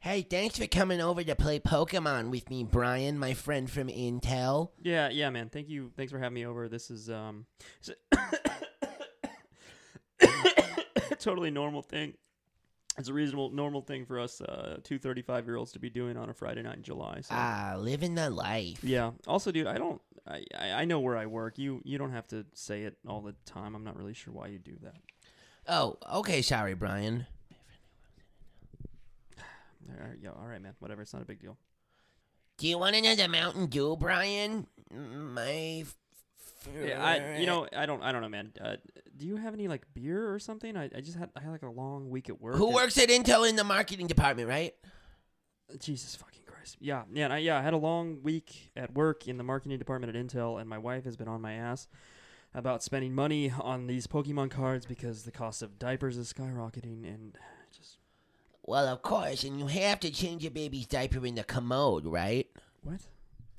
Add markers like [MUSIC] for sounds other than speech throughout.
Hey, thanks for coming over to play Pokemon with me, Brian, my friend from Intel. Yeah, yeah, man. Thank you. Thanks for having me over. This is um, it's a [COUGHS] totally normal thing. It's a reasonable, normal thing for us uh, two 35 year olds to be doing on a Friday night in July. So. Ah, living the life. yeah. Also, dude, I don't. I, I I know where I work. You you don't have to say it all the time. I'm not really sure why you do that. Oh, okay, sorry, Brian. All right, yeah. All right, man. Whatever. It's not a big deal. Do you want another Mountain Dew, Brian? My. F- Yeah, I you know I don't I don't know, man. Uh, do you have any like beer or something? I, I just had I had like a long week at work. Who and- works at Intel in the marketing department, right? Jesus fucking Christ. Yeah, yeah, and I, yeah. I had a long week at work in the marketing department at Intel, and my wife has been on my ass about spending money on these Pokemon cards because the cost of diapers is skyrocketing, and just Well, of course, and you have to change your baby's diaper in the commode, right? what?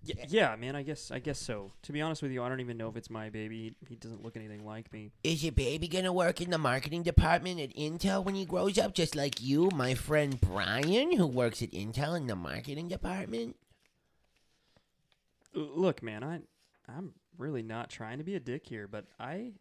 Yeah, yeah, man. I guess I guess so. To be honest with you, I don't even know if it's my baby. He doesn't look anything like me. Is your baby gonna work in the marketing department at Intel when he grows up, just like you, my friend Brian, who works at Intel in the marketing department? L- look man i i'm really not trying to be a dick here but i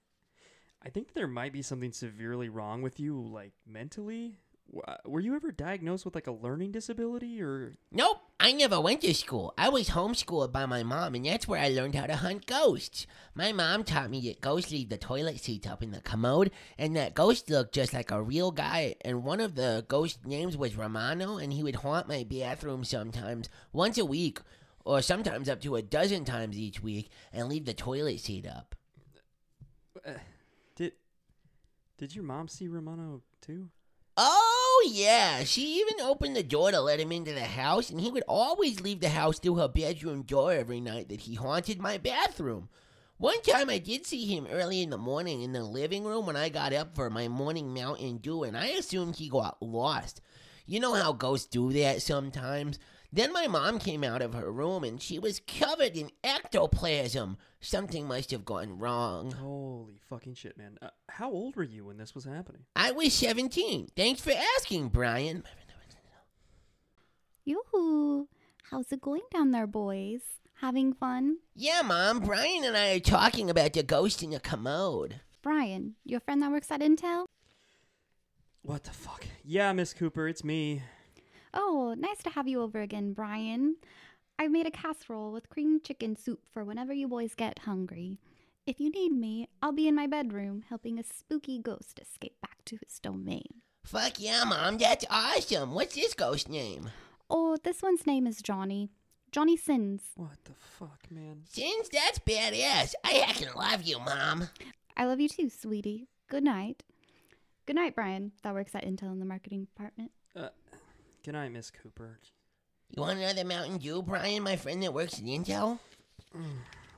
i think there might be something severely wrong with you like mentally W- uh, were you ever diagnosed with like a learning disability or Nope, I never went to school. I was homeschooled by my mom, and that's where I learned how to hunt ghosts. My mom taught me that ghosts leave the toilet seats up in the commode, and that ghost looked just like a real guy. And one of the ghost names was Romano, and he would haunt my bathroom sometimes, once a week, or sometimes up to a dozen times each week, and leave the toilet seat up. did did your mom see romano too Oh, yeah. She even opened the door to let him into the house, and he would always leave the house through her bedroom door every night that he haunted my bathroom. One time I did see him early in the morning in the living room when I got up for my morning Mountain Dew, and I assumed he got lost. You know how ghosts do that sometimes? Then my mom came out of her room and she was covered in ectoplasm. Something must have gone wrong. holy fucking shit man uh, how old were you when this was happening I was 17. Thanks for asking, Brian. Yoo-hoo! How's it going down there, boys? Having fun? Yeah, Mom, Brian and I are talking about the ghost in the commode. Brian, your friend that works at Intel? what the fuck yeah miss cooper it's me Oh, nice to have you over again, Brian. I made a casserole with cream chicken soup for whenever you boys get hungry. If you need me, I'll be in my bedroom helping a spooky ghost escape back to his domain. Fuck yeah, Mom, that's awesome. What's this ghost name? Oh, this one's name is Johnny. Johnny Sins. what the fuck man Since that's badass, I heckin' love you, Mom. I love you too, sweetie. Good night. Good night, Brian. That works at Intel in the marketing department. uh, good night miss cooper You want another Mountain Dew, Brian, my friend that works at Intel?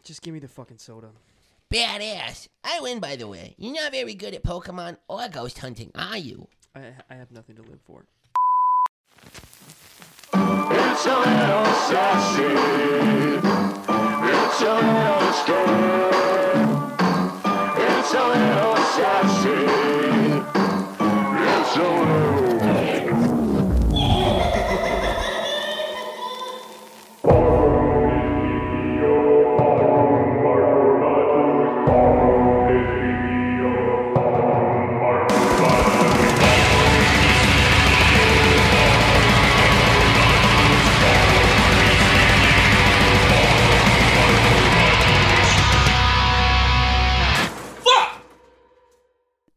just give me the fucking soda Badass. I win, by the way. You're not very good at Pokemon or ghost hunting, are you? i i have nothing to live for It's a little sassy. It's a little scared. It's a little sassy. It's a little.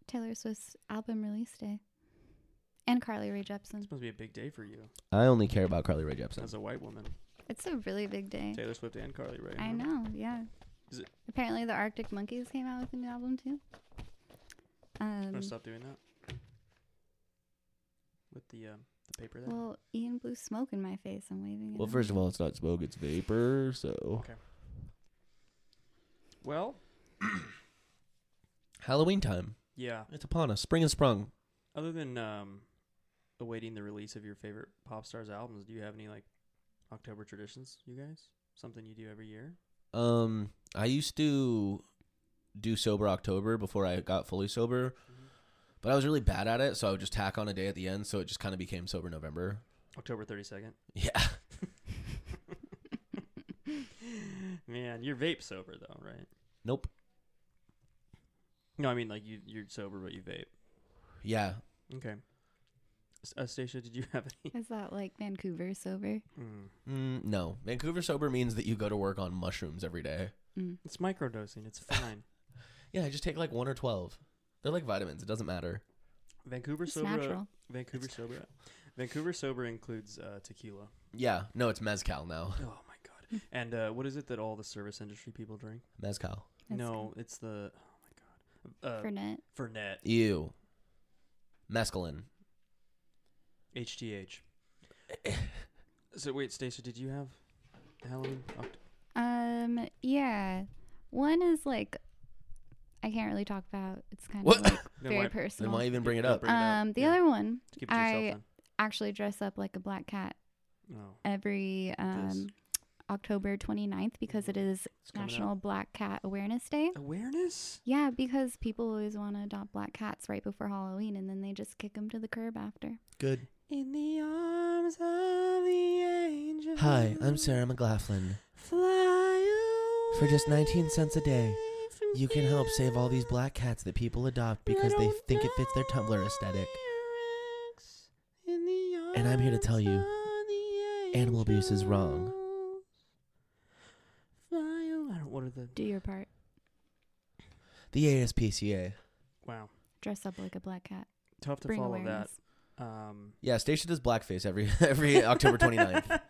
Taylor Swift's album release day. And Carly Rae Jepsen. It's supposed to be a big day for you I only care about Carly Rae Jepsen. as a white woman. It's a really big day. Taylor Swift and Carly Rae. I huh? know, yeah. Is it- Apparently, the Arctic Monkeys came out with a new album too. I'm Um, gonna stop doing that with the um, the paper there. well, Ian blew smoke in my face. I'm waving. It Well, out. first of all, it's not smoke; it's vapor. So okay. Well, Halloween time. yeah. It's upon us. Spring has sprung. Other than um, awaiting the release of your favorite pop stars albums, do you have any like October traditions, you guys? Something you do every year? Um, I used to do sober October before I got fully sober, but I was really bad at it, so I would just tack on a day at the end, so it just kind of became sober November. October [LAUGHS] 32nd. Yeah. [LAUGHS] Man, you're vape sober though, right? Nope. No, I mean like you you're sober but you vape. Yeah. Okay. S- Uh, Stacia, did you [LAUGHS] have any? [LAUGHS] Is that like Vancouver sober? Mm. Mm, no. Vancouver sober means that you go to work on mushrooms every day. Mm. It's microdosing. It's [LAUGHS] fine. Yeah, I just take like one or 12. They're like vitamins. It doesn't matter. Vancouver It's sober. natural. Vancouver sober. Vancouver sober includes uh, tequila. Yeah. No, it's Mezcal now. Oh my god! and uh, what is it that all the service industry people drink? Mezcal. That's no, it's the oh my god, uh, Fernet. Fernet. Ew. Mescaline. HTH. [COUGHS] so wait, Stacia, did you have Halloween? Oh, Oct- Um, yeah. One is like I can't really talk about. It's kind What? of like Then very why- Then personal. why even bring it Don't up? bring it up. um, the Yeah. other one Just keep it to yourself actually dress up like a black cat then. Oh, every um October 29th because it is it's coming up. National Black Cat Awareness Day. awareness. Yeah, because people always want to adopt black cats right before Halloween and then they just kick them to the curb after. Good. In the arms of the angel. Hi, I'm Sarah McLaughlin. Fly For just 19 cents a day, away from You can help save all these here. black cats that people adopt I because they don't think it fits their Tumblr know aesthetic. lyrics in the And I'm here to tell you, arms of the animal abuse is wrong. angels. Fly away- I don't- What are the Do your part. The ASPCA. wow? Dress up like a black cat. Tough to Bring follow awareness. that. Um, Yeah, Stacia does blackface every [LAUGHS] every October 29th. [LAUGHS]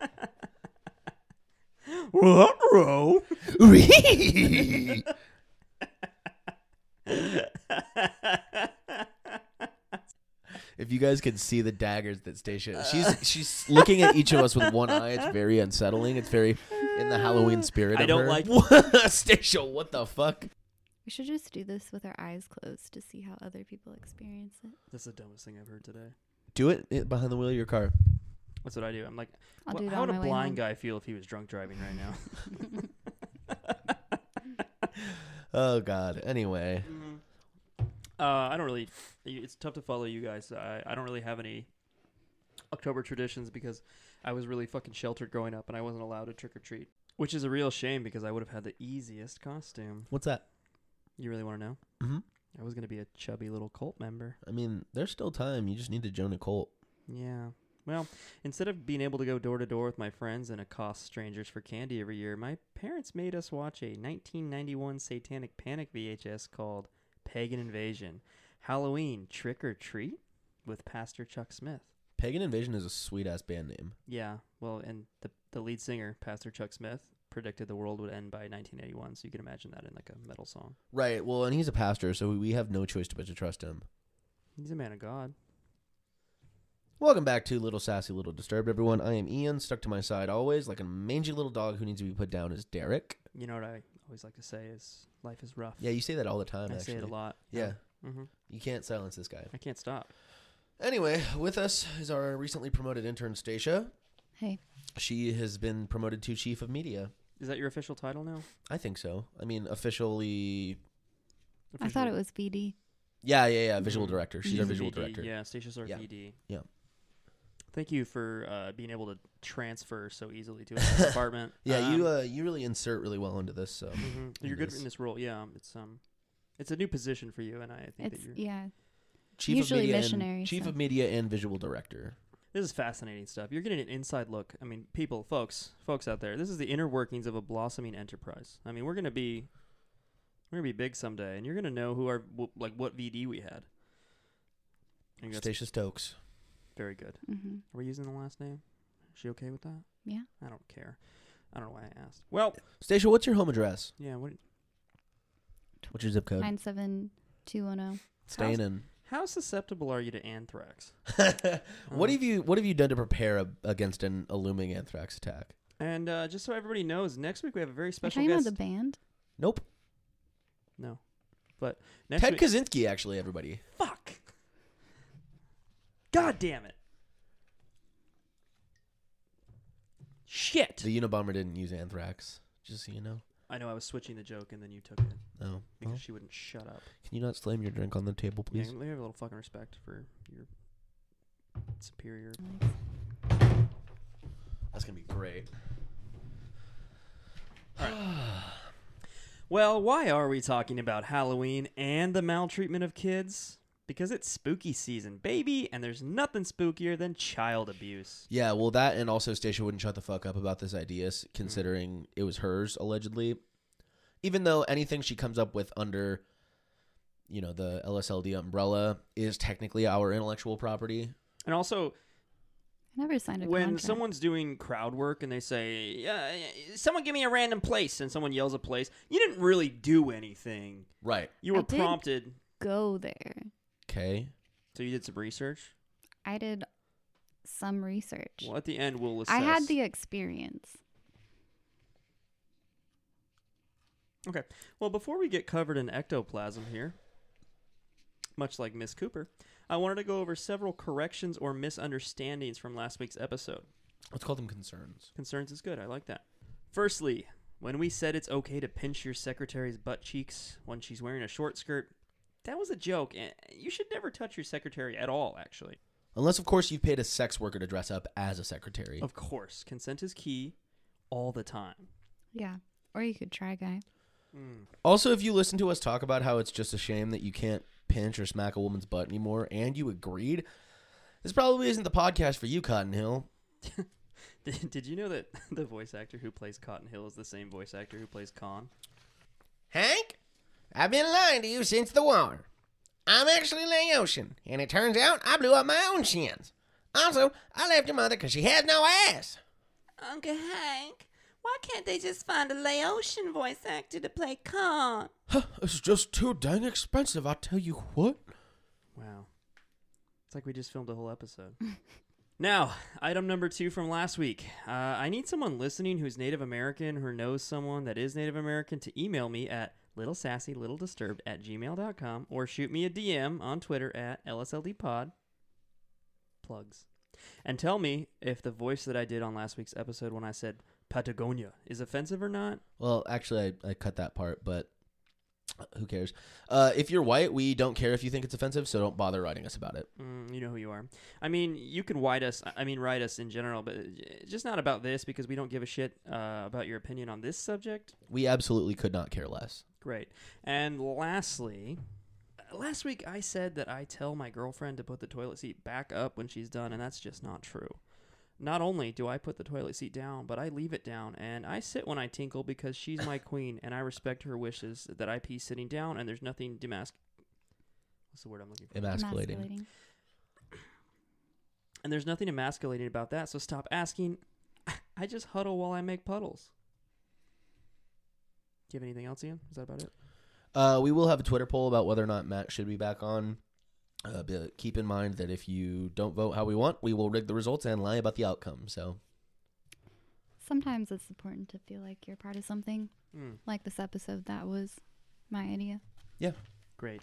[LAUGHS] what row? [LAUGHS] if you guys could see the daggers that Stacia she's she's looking at each of us with one eye. It's very unsettling. It's very in [LAUGHS] the Halloween spirit. I of don't her. like- [LAUGHS] what? Stacia. What the fuck? We should just do this with our eyes closed to see how other people experience it. That's the dumbest thing I've heard today. Do it i- behind the wheel of your car. That's what I do. I'm like, I'll "Wha- do that how on would my a way blind home. guy feel if he was drunk driving right now? Oh God. Anyway, Uh, I don't really. It's tough to follow you guys. I, I don't really have any October traditions because I was really fucking sheltered growing up and I wasn't allowed to trick or treat, which is a real shame because I would have had the easiest costume. what's that? You really want to know? Mhm. I was gonna be a chubby little cult member. I mean, there's still time. You just need to join a cult. Yeah. Well, instead of being able to go door to door with my friends and accost strangers for candy every year, my parents made us watch a 1991 Satanic Panic VHS called Pagan Invasion Halloween Trick or Treat with Pastor Chuck Smith. Pagan Invasion is a sweet ass band name. Yeah. Well, and the, the lead singer, Pastor Chuck Smith, predicted the world would end by 1981, so you can imagine that in like a metal song. Right. Well, and he's a pastor, so we have no choice but to trust him. He's a man of God. Welcome back to Little Sassy Little Disturbed, everyone. I am Ian, stuck to my side always, like a mangy little dog who needs to be put down is Derek. You know what I always like to say is life is rough. Yeah, you say that all the time, I actually. say it a lot. Yeah. hmm You can't silence this guy. I can't stop. Anyway, with us is our recently promoted intern, Stacia. Hey. She has been promoted to Chief of Media. Is that your official title now? I think so. I mean, officially. I Officially. thought it was VD. Yeah, yeah, yeah. Visual Mhm. director. She's She's our a [LAUGHS] visual VD, director. Yeah, Stacia's our Yeah. VD. Yeah. Thank you for uh, being able to transfer so easily to [LAUGHS] another department. Yeah, you Um, uh, you really insert really well into this. So mhm. You're it good is. in this role. Yeah, it's um, it's a new position for you, and I think It's that you're. yeah. chief Usually of media missionary, and, chief so. of media and visual director. This is fascinating stuff. You're getting an inside look. I mean, people, folks, folks out there, this is the inner workings of a blossoming enterprise. I mean, we're gonna be, we're gonna be big someday, and you're gonna know who our wh- like what VD we had. I think that's Stacia Stokes. very good. Mm-hmm. Are we using the last name? Is she okay with that? Yeah. I don't care. I don't know why I asked. Well, Stacia, what's your home address? yeah. What? What's your zip code? Nine seven two one oh. zero. Staying in. How susceptible are you to anthrax? [LAUGHS] what Uh, have you What have you done to prepare a, against an a looming anthrax attack? And uh, just so everybody knows, next week we have a very Are you special talking about guest. the band? Nope. no, but next Ted week. Kaczynski, actually, everybody. fuck. God damn it. Shit. The Unabomber didn't use anthrax. Just so you know. I know I was switching the joke and then you took it No. because Well, she wouldn't shut up. can you not slam your drink on the table, Yeah, please? we have a little fucking respect for your superior. great. Well, why are we talking about Halloween and the maltreatment of kids? Because it's spooky season, baby, and there's nothing spookier than child abuse. Yeah, well, that and also Stacia wouldn't shut the fuck up about this idea, s- considering it was hers allegedly. Even though anything she comes up with under, you know, the LSLD umbrella is technically our intellectual property. And also, I never signed a when contract. someone's doing crowd work and they say, yeah, someone give me a random place, and someone yells a place, you didn't really do anything. Right. You I were did. prompted. go there, Okay. So you did some research. I did some research. Well, at the end, we'll assess. I had the experience. Okay. Well, before we get covered in ectoplasm here, much like Miss Cooper, I wanted to go over several corrections or misunderstandings from last week's episode. Let's call them concerns. Concerns is good. I like that. Firstly, when we said it's okay to pinch your secretary's butt cheeks when she's wearing a short skirt, that was a joke. and You should never touch your secretary at all, actually. Unless, of course, you've paid a sex worker to dress up as a secretary. Of course, consent is key all the time. [LAUGHS] Yeah. Or you could try, guy. Also, if you listen to us talk about how it's just a shame that you can't pinch or smack a woman's butt anymore, and you agreed, this probably isn't the podcast for you, Cotton Hill. Did, did you know that [LAUGHS] the voice actor who plays Cotton Hill is the same voice actor who plays Khan? Hank, I've been lying to you since the war. I'm actually Laotian, and it turns out I blew up my own shins. Also, I left your mother 'cause she had no ass. Uncle Hank, why can't they just find a Laotian voice actor to play Khan? It's just too dang expensive, I tell you what. Wow. It's like we just filmed a whole episode. [LAUGHS] now, item number two from last week. Uh, I need someone listening who's Native American or knows someone that is Native American to email me at littlesassylittledisturbed at gmail.com or shoot me a DM on Twitter at LSLDpod. Plugs. And tell me if the voice that I did on last week's episode when I said Patagonia is offensive or not. Well, actually, I, I cut that part, but who cares? Uh, if you're white, we don't care if you think it's offensive, so don't bother writing us about it. Mm, you know who you are. I mean, you can write us. I mean, write us in general, but j- just not about this because we don't give a shit uh, about your opinion on this subject. We absolutely could not care less. Great. And lastly, uh, last week I said that I tell my girlfriend to put the toilet seat back up when she's done, and that's just not true. Not only do I put the toilet seat down, but I leave it down, and I sit when I tinkle because she's my queen, and I respect her wishes that I pee sitting down, and there's nothing demask. What's the word I'm looking for? Emasculating. Emasculating. And there's nothing emasculating about that, so stop asking. I just huddle while I make puddles. Do you have anything else, Ian? Is that about it? Uh, we will have a Twitter poll about whether or not Matt should be back on. Uh, but keep in mind that if you don't vote how we want, we will rig the results and lie about the outcome. So Sometimes it's important to feel like you're part of something. Hmm, Mm. Like this episode, that was my idea. Great.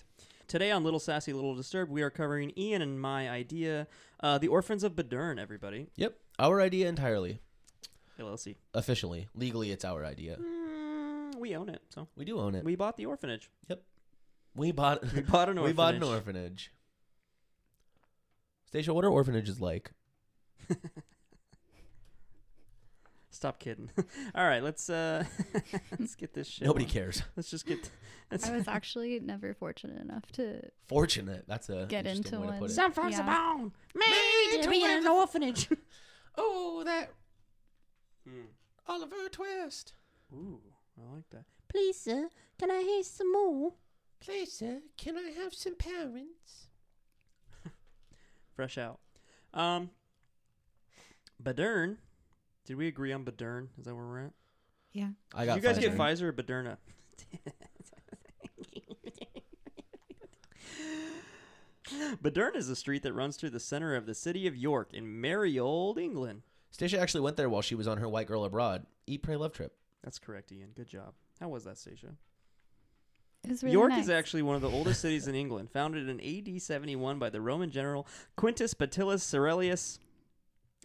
Today on Little Sassy, Little Disturbed, we are covering Ian and my idea, uh, The Orphans of Badern, everybody. Yep. Our idea entirely. LLC. Officially. Legally, it's our idea. Mm, we own it, so We do own it. We, we bought the [LAUGHS] orphanage. bought We bought an [LAUGHS] We orphanage. bought an orphanage. Stacia, what are orphanages like? Stop kidding. [LAUGHS] All right, let's uh, [LAUGHS] let's get this shit. Nobody on. cares. [LAUGHS] Let's just get. Let's, I was actually never fortunate enough to Fortunate. That's a Get interesting into way one. To put it. Some folks are born married to be in an orphanage. Oh, that Mm. Oliver Twist. Ooh, I like that. Please, sir, can I hear some more? Please, sir, can I have some parents? fresh out. Um, Badern. Did we agree on Badern? Is that where we're at? Yeah. I Did got you guys Pfizer. get Pfizer [LAUGHS] or Baderna? Badern is a street that runs through the center of the city of York in merry old England. Stacia actually went there while she was on her White Girl Abroad. Eat, Pray, Love trip. That's correct, Ian. Good job. How was that, Stacia? It was really York nice. is actually one of the oldest cities in England, founded in AD 71 by the Roman general Quintus Patillus Cerelius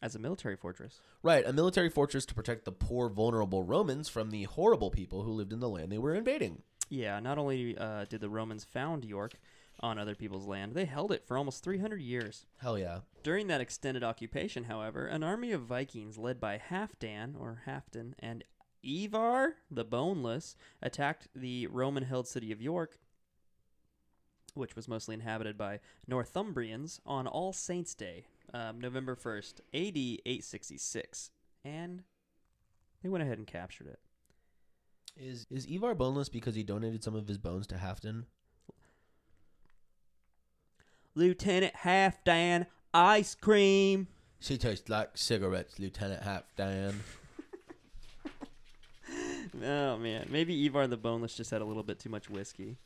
as a military fortress. Right, a military fortress to protect the poor, vulnerable Romans from the horrible people who lived in the land they were invading. Yeah, not only uh, did the Romans found York, on other people's land. They held it for almost 300 years. Hell yeah. During that extended occupation, however, an army of Vikings led by Halfdan or Halfdan and Ivar the Boneless attacked the Roman-held city of York, which was mostly inhabited by Northumbrians, on All Saints' Day, um, November 1st, AD 866, and they went ahead and captured it. Is is Ivar boneless because he donated some of his bones to Halfdan? Lieutenant Halfdan, ice cream. She tastes like cigarettes, Lieutenant Halfdan. Oh man, maybe Ivar the Boneless just had a little bit too much whiskey.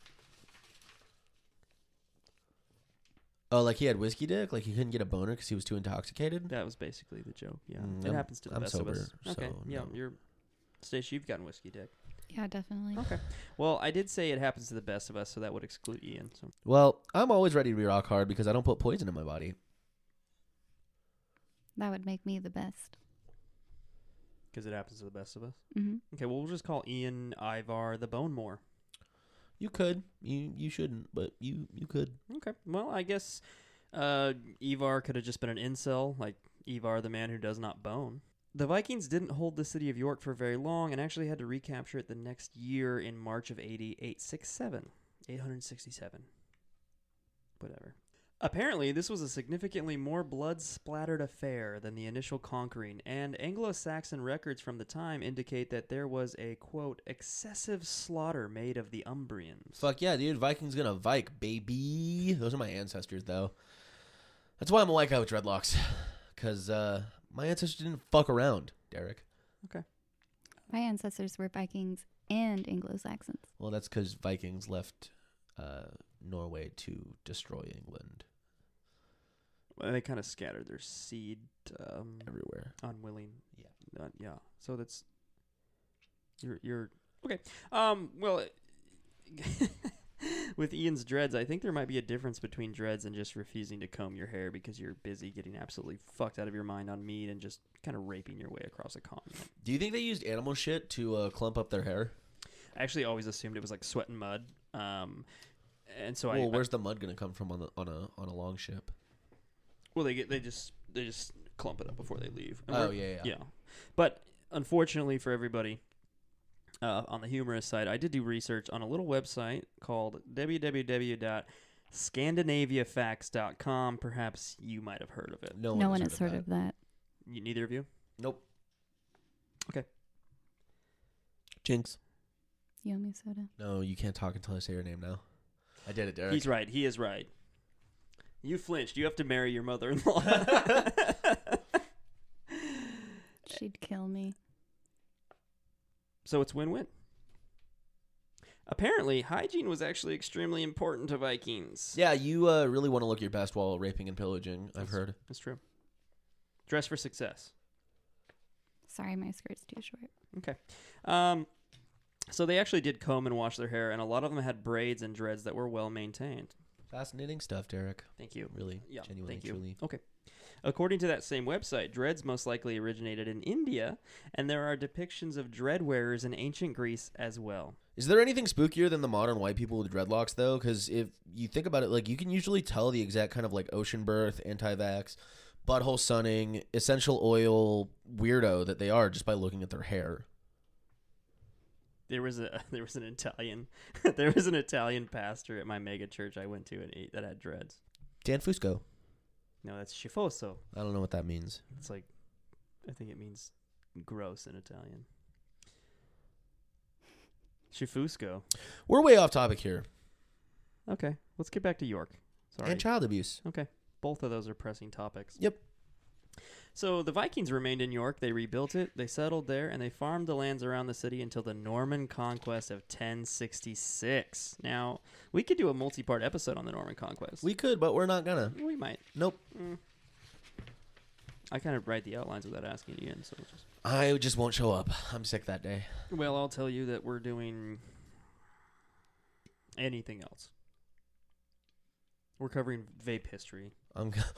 Oh, like he had whiskey dick? Like he couldn't get a boner because he was too intoxicated? That was basically the joke. Yeah, Mm, it I'm- happens to the I'm best of us. sober, okay, so yeah, no. you're. Stace, you've gotten whiskey dick. Yeah, definitely. Okay. Well, I did say it happens to the best of us, so that would exclude Ian. So Well, I'm always ready to be rock hard because I don't put poison in my body. That would make me the best. because it happens to the best of us. hmm Okay. Well, we'll just call Ian Ivar the Bone More. You could. You you shouldn't, but you you could. Okay. Well, I guess uh, Ivar could have just been an incel, like Ivar, the man who does not bone. The Vikings didn't hold the city of York for very long and actually had to recapture it the next year in March of 80, 867. 867. Whatever. Apparently, this was a significantly more blood splattered affair than the initial conquering, and Anglo Saxon records from the time indicate that there was a, quote, excessive slaughter made of the Umbrians. Fuck yeah, dude. Viking's gonna Vike, baby. Those are my ancestors, though. That's why I'm a white guy with dreadlocks. Because uh, my ancestors didn't fuck around, Derek. My ancestors were Vikings and Anglo Saxons. Well, that's because Vikings left uh, Norway to destroy England Well, they kind of scattered their seed um, everywhere. unwilling. Yeah. Uh, yeah. So that's you're you're okay. Um. Well, [LAUGHS] with Ian's dreads, I think there might be a difference between dreads and just refusing to comb your hair because you're busy getting absolutely fucked out of your mind on meat and just kind of raping your way across a continent. Do you think they used animal shit to uh, clump up their hair? I actually always assumed it was like sweat and mud. Um. And so I- well, I where's the mud gonna come from on the, on a on a long ship? Well, they get they just they just clump it up before they leave. Oh, we're- yeah, yeah. But unfortunately for everybody, uh, on the humorous side, I did do research on a little website called www.scandinaviafacts.com. Perhaps you might have heard of it. No, no one has heard that. of that. You, neither of you. Nope. Okay. Jinx. You owe me a soda. No, you can't talk until I say your name now. I did it, Derek. He's right. He is right. You flinched. You have to marry your [LAUGHS] mother-in-law. [LAUGHS] She'd kill me. So it's win win. Apparently, hygiene was actually extremely important to Vikings. Yeah, you uh, really want to look your best while raping and pillaging. I've That's- heard. That's true. Dress for success. Sorry, my skirt's too short. Okay. Um, so they actually did comb and wash their hair, and a lot of them had braids and dreads that were well maintained. Fascinating stuff, Derek. Thank you. Really, Yeah, genuinely, thank you. truly. Okay. According to that same website, dreads most likely originated in India, and there are depictions of dread wearers in ancient Greece as well. Is there anything spookier than the modern white people with dreadlocks, though? Because if you think about it, like you can usually tell the exact kind of like ocean birth, anti-vax, butthole sunning, essential oil weirdo that they are just by looking at their hair. There was a [LAUGHS] there was an Italian [LAUGHS] there was an Italian pastor at my mega church I went to and ate that had dreads. Dan Fusco. No, that's schifoso. I don't know what that means. It's like, I think it means gross in Italian. Shifusco. We're way off topic here. Okay, let's get back to York. Sorry. And child abuse. okay, both of those are pressing topics. Yep. So the Vikings remained in York. They rebuilt it, they settled there, and they farmed the lands around the city until the Norman conquest of 1066. Now, we could do a multi part episode on the Norman conquest. We could, but we're not gonna. we might. Nope. I kind of write the outlines without asking you, and so it's just. I just won't show up. I'm sick that day. Well, I'll tell you that we're doing anything else. We're covering vape history. I'm. g- [LAUGHS]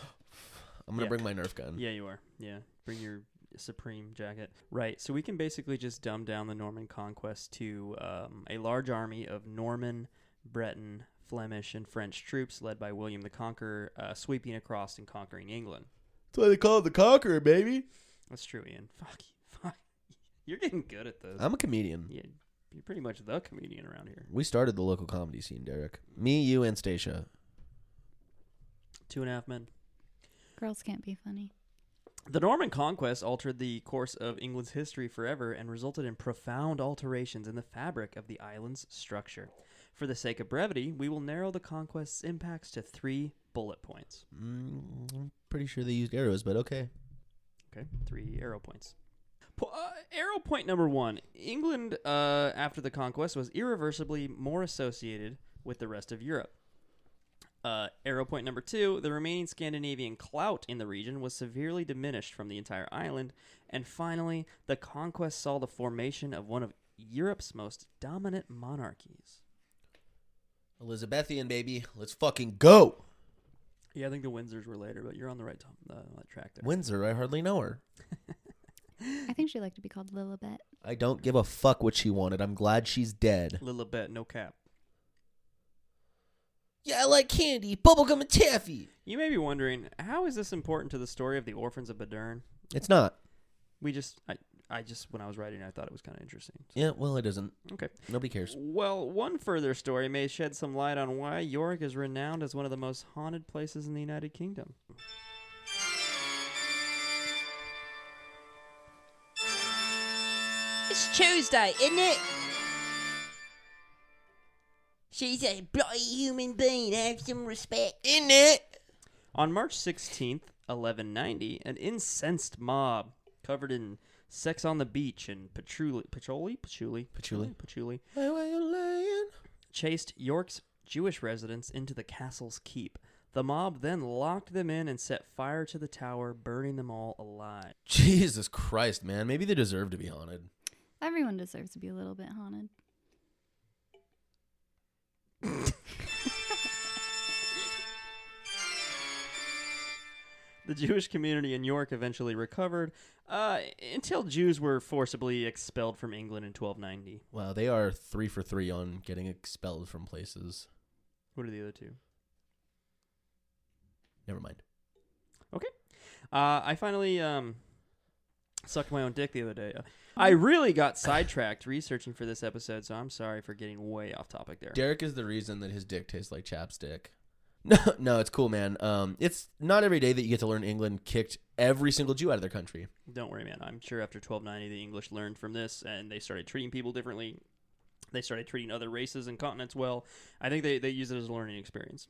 I'm gonna Yeah. bring my Nerf gun. Yeah, you are. Yeah, bring your Supreme jacket. Right. So we can basically just dumb down the Norman conquest to um, a large army of Norman, Breton, Flemish, and French troops led by William the Conqueror uh, sweeping across and conquering England. That's why they call it the Conqueror, baby. That's true, Ian. [LAUGHS] Fuck you. Fuck. You're getting good at this. I'm a comedian. Yeah, you're pretty much the comedian around here. We started the local comedy scene, Derek. Me, you, and Stacia. Two and a half men. Girls can't be funny. The Norman conquest altered the course of England's history forever and resulted in profound alterations in the fabric of the island's structure. For the sake of brevity, we will narrow the conquest's impacts to three bullet points. Mm, I'm pretty sure they used arrows, but okay. Okay, three arrow points. Po- uh, arrow point number one England, uh, after the conquest, was irreversibly more associated with the rest of Europe. Uh, arrow point number two the remaining Scandinavian clout in the region was severely diminished from the entire island. And finally, the conquest saw the formation of one of Europe's most dominant monarchies. Elizabethan, baby. Let's fucking go. Yeah, I think the Windsors were later, but you're on the right tom- uh, track there. Windsor, I hardly know her. I think she liked to be called Lilibet. I don't give a fuck what she wanted. I'm glad she's dead. Little bit, no cap. Yeah, I like candy, bubblegum, and taffy. You may be wondering, how is this important to the story of the orphans of Badern? It's not. We just, I, I just, when I was writing, I thought it was kind of interesting. So- Yeah, well, it isn't. Okay. Nobody cares. Well, one further story may shed some light on why York is renowned as one of the most haunted places in the United Kingdom. It's Tuesday, isn't it? She's a bloody human being. Have some respect. In it. On March 16th, 1190, an incensed mob covered in sex on the beach and patchouli, patchouli, patchouli, Patchouli. patchouli, Why were you lying? chased York's Jewish residents into the castle's keep. The mob then locked them in and set fire to the tower, burning them all alive. Jesus Christ, man. Maybe they deserve to be haunted. Everyone deserves to be a little bit haunted. The Jewish community in York eventually recovered uh, until Jews were forcibly expelled from England in 1290. Wow, they are three for three on getting expelled from places. What are the other two? Never mind. Okay. Uh, I finally um, sucked my own dick the other day. Uh, I really got sidetracked researching for this episode, so I'm sorry for getting way off topic there. Derek is the reason that his dick tastes like chapstick. [LAUGHS] No, no, it's cool, man. Um, it's not every day that you get to learn England kicked every single Jew out of their country. Don't worry, man. I'm sure after 1290, the English learned from this and they started treating people differently. They started treating other races and continents well. I think they, they use it as a learning experience.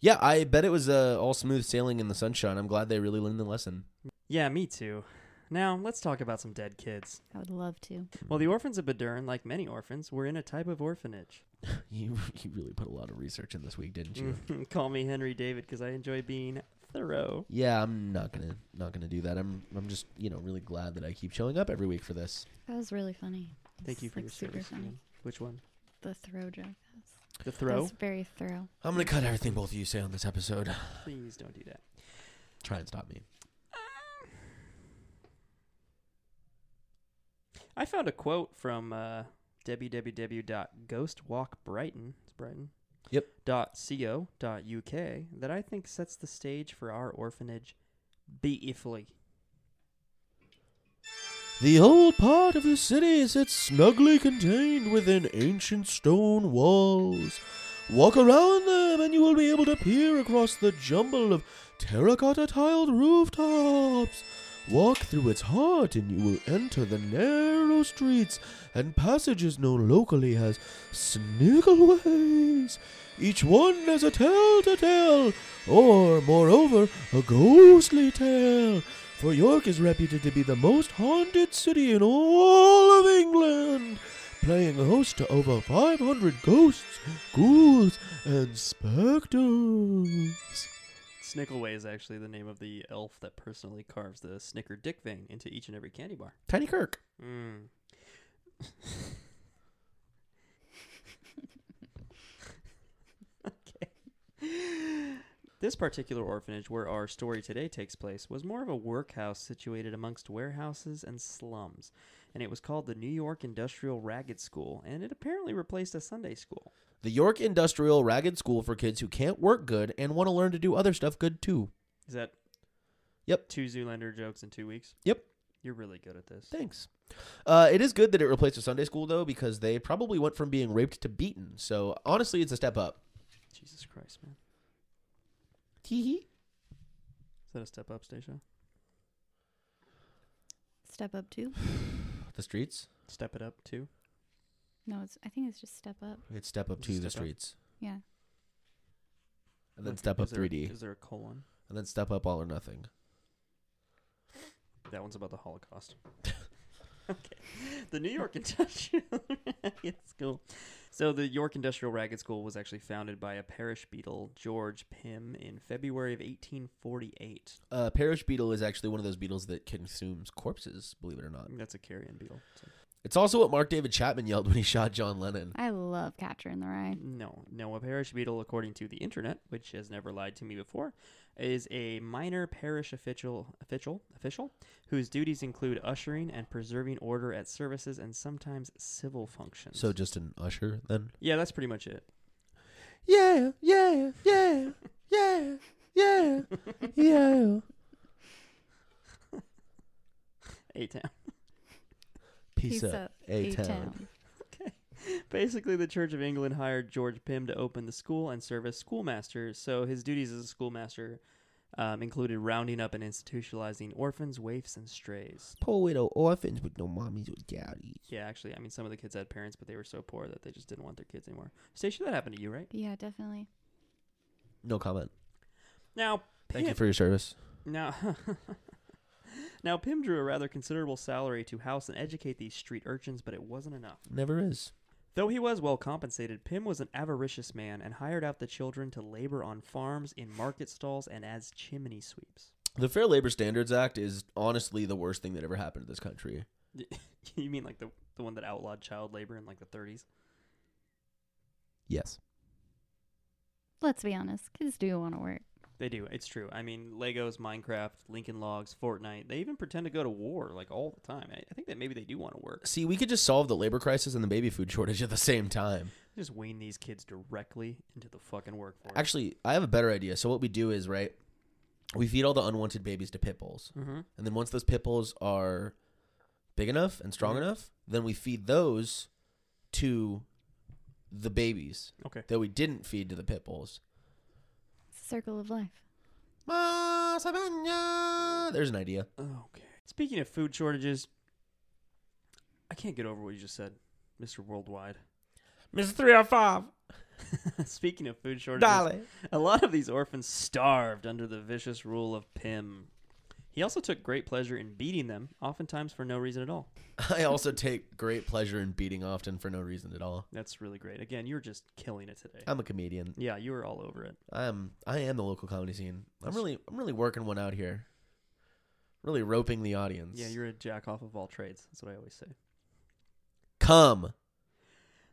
Yeah, I bet it was uh, all smooth sailing in the sunshine. I'm glad they really learned the lesson. [LAUGHS] Yeah, me too. Now, let's talk about some dead kids. I would love to. Well, the orphans of Badern, like many orphans, were in a type of orphanage. You you really put a lot of research in this week, didn't you? [LAUGHS] Mm. Call me Henry David because I enjoy being thorough. Yeah, I'm not gonna not gonna do that. I'm I'm just you know really glad that I keep showing up every week for this. That was really funny. Thank you It's, for like, your super service. funny. Ian. Which one? The throw joke. The That throw? was very thorough. I'm gonna cut everything both of you say on this episode. [LAUGHS] Please don't do that. Try and stop me. Ah. I found a quote from uh, www.ghostwalkbrighton. It's Brighton. Yep. Dot co. Dot uk that I think sets the stage for our orphanage beautifully. The old part of the city sits snugly contained within ancient stone walls. Walk around them and you will be able to peer across the jumble of terracotta tiled rooftops. Walk through its heart and you will enter the narrow streets and passages known locally as sniggleways. Each one has a tale to tell, or, moreover, a ghostly tale. For York is reputed to be the most haunted city in all of England, playing host to over 500 ghosts, ghouls, and specters. Snickleway is actually the name of the elf that personally carves the Snicker Dick vein into each and every candy bar. Tiny Kirk. Mm. okay. [LAUGHS] This particular orphanage where our story today takes place was more of a workhouse situated amongst warehouses and slums, and it was called the New York Industrial Ragged School, and it apparently replaced a Sunday school. The York Industrial Ragged School for kids who can't work good and want to learn to do other stuff good too. Is that? Yep. Two Zoolander jokes in two weeks. Yep. You're really good at this. Thanks. Uh, it is good that it replaced a Sunday school though, because they probably went from being raped to beaten. So honestly, it's a step up. Jesus Christ, man. Hee Is that a step up, Stacia? Step up two? The streets. Step it up too. No, it's. I think it's just step up. It's step up It's to a the step up. streets, Yeah. and then Like, step up is there a- 3D, Is there a colon? and then step up all or nothing. That one's about the Holocaust. [LAUGHS] okay. The New York Industrial [LAUGHS] Ragged School. So, the York Industrial Ragged School was actually founded by a parish beadle, George Pym, in February of 1848. Uh, parish beetle is actually one of those beetles that consumes corpses. Believe it or not, That's a carrion beetle. so- it's also what Mark David Chapman yelled when he shot John Lennon. I love Catcher in the Rye. No, no, a parish beadle, according to the internet, which has never lied to me before, is a minor parish official, official, official, whose duties include ushering and preserving order at services and sometimes civil functions. So just an usher then. yeah, that's pretty much it. Yeah, yeah, yeah, yeah, yeah, yeah. A town. [LAUGHS] Peace, up, A town. A-town. Basically, the Church of England hired George Pym to open the school and serve as schoolmaster. So his duties as a schoolmaster um, included rounding up and institutionalizing orphans, waifs, and strays. Poor widow orphans with no mommies or daddies. Yeah, actually, I mean, some of the kids had parents, but they were so poor that they just didn't want their kids anymore. Stacia, that happened to you, right? Yeah, definitely. No comment. Now, Pim, Thank you for your service. now, [LAUGHS] now Pym drew a rather considerable salary to house and educate these street urchins, but it wasn't enough. Never is. Though he was well compensated, Pym was an avaricious man and hired out the children to labor on farms, in market stalls, and as chimney sweeps. [LAUGHS] The Fair Labor Standards Act is honestly the worst thing that ever happened to this country. you mean like the the one that outlawed child labor in like the 30s? Yes. Let's be honest. Kids do want to work. They do. It's true. I mean, Legos, Minecraft, Lincoln Logs, Fortnite. They even pretend to go to war like all the time. I, I think that maybe they do want to work. See, we could just solve the labor crisis and the baby food shortage at the same time. Just wean these kids directly into the fucking workforce. Actually, I have a better idea. So what we do is, right, we feed all the unwanted babies to pit bulls. mm-hmm. And then once those pit bulls are big enough and strong Mhm. enough, then we feed those to the babies okay. that we didn't feed to the pit bulls. It's a circle of life. Masabanya! There's an idea. Okay. Speaking of food shortages, I can't get over what you just said, Mister Worldwide. [LAUGHS] Mr. 305, Speaking of food shortages, a lot of these orphans starved under the vicious rule of Pym. He also took great pleasure in beating them, oftentimes for no reason at all. [LAUGHS] I also take great pleasure in beating often for no reason at all. That's really great. Again, you're just killing it today. I'm a comedian. Yeah, you were all over it. I am I am the local comedy scene. I'm really I'm really working one out here. Really roping the audience. Yeah, you're a jack off of all trades. That's what I always say. come.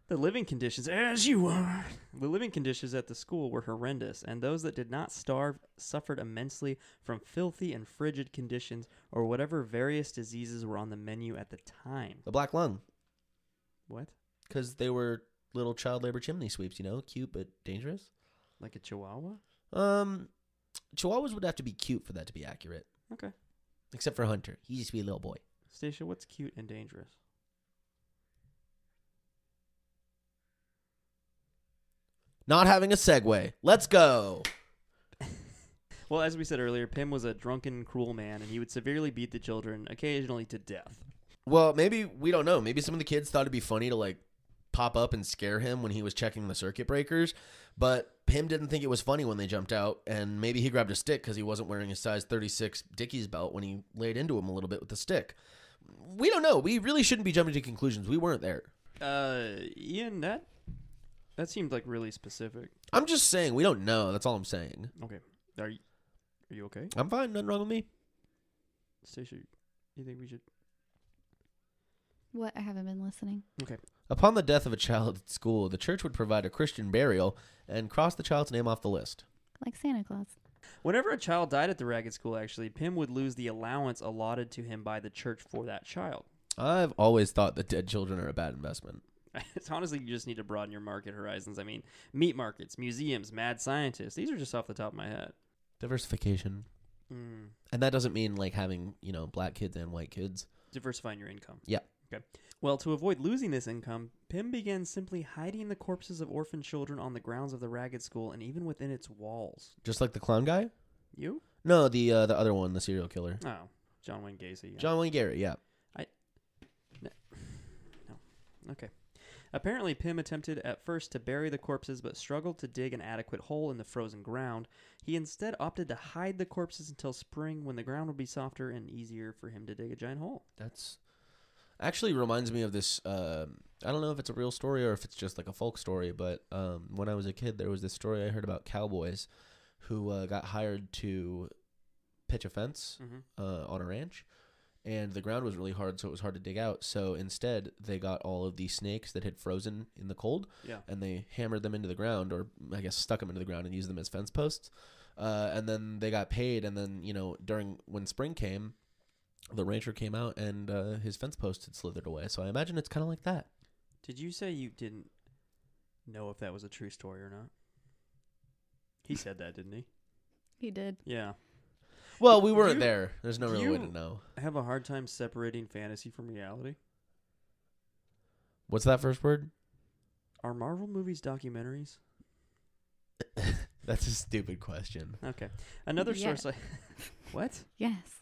The living conditions, as you are, the living conditions at the school were horrendous, and those that did not starve suffered immensely from filthy and frigid conditions or whatever various diseases were on the menu at the time. The black lung What? cuz they were little child labor chimney sweeps, you know, cute but dangerous. Like a chihuahua? Um chihuahuas would have to be cute for that to be accurate. Okay. Except for Hunter. He used to be a little boy. Stacia, what's cute and dangerous? Not having a segue. Let's go. Well, as we said earlier, Pym was a drunken, cruel man, and he would severely beat the children, occasionally to death. Well, maybe we don't know. Maybe some of the kids thought it'd be funny to like pop up and scare him when he was checking the circuit breakers, but him didn't think it was funny when they jumped out, and maybe he grabbed a stick because he wasn't wearing his size 36 Dickies belt when he laid into him a little bit with the stick. We don't know. We really shouldn't be jumping to conclusions. We weren't there. Uh, Ian, that that seemed like really specific. I'm just saying we don't know. That's all I'm saying. Okay, are you, are you okay, I'm fine. Nothing wrong with me. Stacia? You think we should? What? I haven't been listening. Upon the death of a child at school, the church would provide a Christian burial and cross the child's name off the list. Like Santa Claus. Whenever a child died at the ragged school, actually, Pym would lose the allowance allotted to him by the church for that child. [LAUGHS] I've always thought that dead children are a bad investment. it's honestly you just need to broaden your market horizons. I mean, meat markets, museums, mad scientists. These are just off the top of my head. Diversification. Mm. And that doesn't mean like having, you know, black kids and white kids. Diversifying your income. Yeah. Okay. Well, to avoid losing this income, Pym began simply hiding the corpses of orphan children on the grounds of the Ragged School and even within its walls. Just like the clown guy? You? No, the uh, the other one, the serial killer. Oh, John Wayne Gacy. yeah. John Wayne Garrett, yeah. Okay. Apparently, Pym attempted at first to bury the corpses but struggled to dig an adequate hole in the frozen ground. He instead opted to hide the corpses until spring when the ground would be softer and easier for him to dig a giant hole. That's actually reminds me of this. um I don't know if it's a real story or if it's just like a folk story, but um, when I was a kid, there was this story I heard about cowboys who uh, got hired to pitch a fence Mm-hmm. uh, on a ranch, and the ground was really hard, so it was hard to dig out. So instead, they got all of these snakes that had frozen in the cold, Yeah. and they hammered them into the ground, or I guess stuck them into the ground and used them as fence posts. Uh, and then they got paid, and then you know during when spring came, the rancher came out and uh, his fence post had slithered away. So I imagine it's kind of like that. Did you say you didn't know if that was a true story or not? He said that, didn't he? He did. Yeah. Well, we weren't You- there. There's no real way to you- know. I have a hard time separating fantasy from reality. What's that first word? Are Marvel movies documentaries? That's a stupid question. Okay. Another Yeah. source I. [LAUGHS] what? Yes.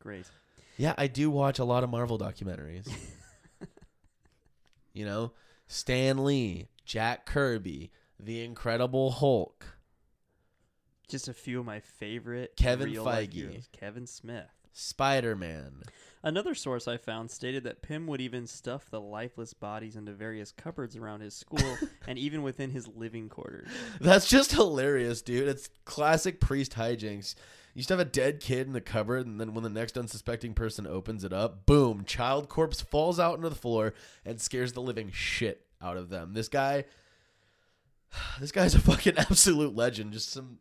Great. Yeah, I do watch a lot of [LAUGHS] Marvel documentaries. you know, Stan Lee, Jack Kirby, The Incredible Hulk. Just a few of my favorite Kevin real-life Feige. heroes. Kevin Smith. Spider Man. Another source I found stated that Pym would even stuff the lifeless bodies into various cupboards around his [LAUGHS] school and even within his living quarters. That's just hilarious, dude. It's classic priest hijinks. You just have a dead kid in the cupboard, and then when the next unsuspecting person opens it up, boom, child corpse falls out into the floor and scares the living shit out of them. This guy, [SIGHS] this guy's a fucking [LAUGHS] absolute legend. Just some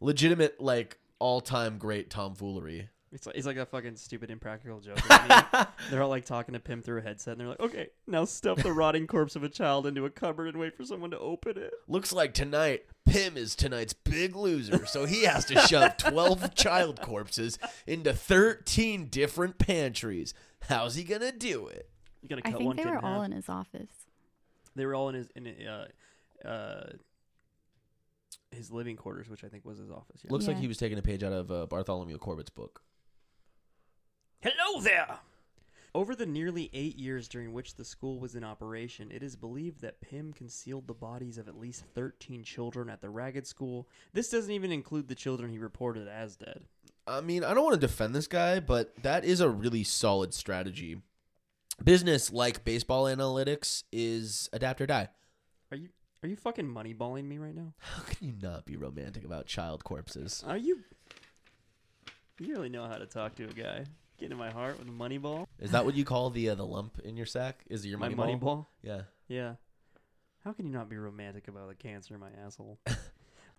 legitimate, like, all time great tomfoolery. It's like, it's like a fucking stupid impractical joke. [LAUGHS] I mean, they're all like talking to Pym through a headset and they're like, okay, now stuff [LAUGHS] the rotting corpse of a child into a cupboard and wait for someone to open it. Looks like tonight, Pim is tonight's big loser, so he has to shove 12 child corpses into 13 different pantries. How's he gonna do it? You gotta I cut one think they kid were in all half. in his office. they were all in his in uh, uh, his living quarters, which I think was his office. Yeah. Looks like Yeah. he was taking a page out of uh, Bartholomew Corbett's book. Hello there! Over the nearly eight years during which the school was in operation, it is believed that Pym concealed the bodies of at least 13 children at the Ragged School. This doesn't even include the children he reported as dead. I mean, I don't want to defend this guy, but that is a really solid strategy. Business like baseball analytics is adapt or die. Are you are you fucking moneyballing me right now? How can you not be romantic about child corpses? Are you. You really know how to talk to a guy. Get in my heart with a money ball. Is that what you call the uh, the lump in your sack? Is it your my money, money ball? ball? Yeah. Yeah. How can you not be romantic about the cancer in my asshole? [LAUGHS]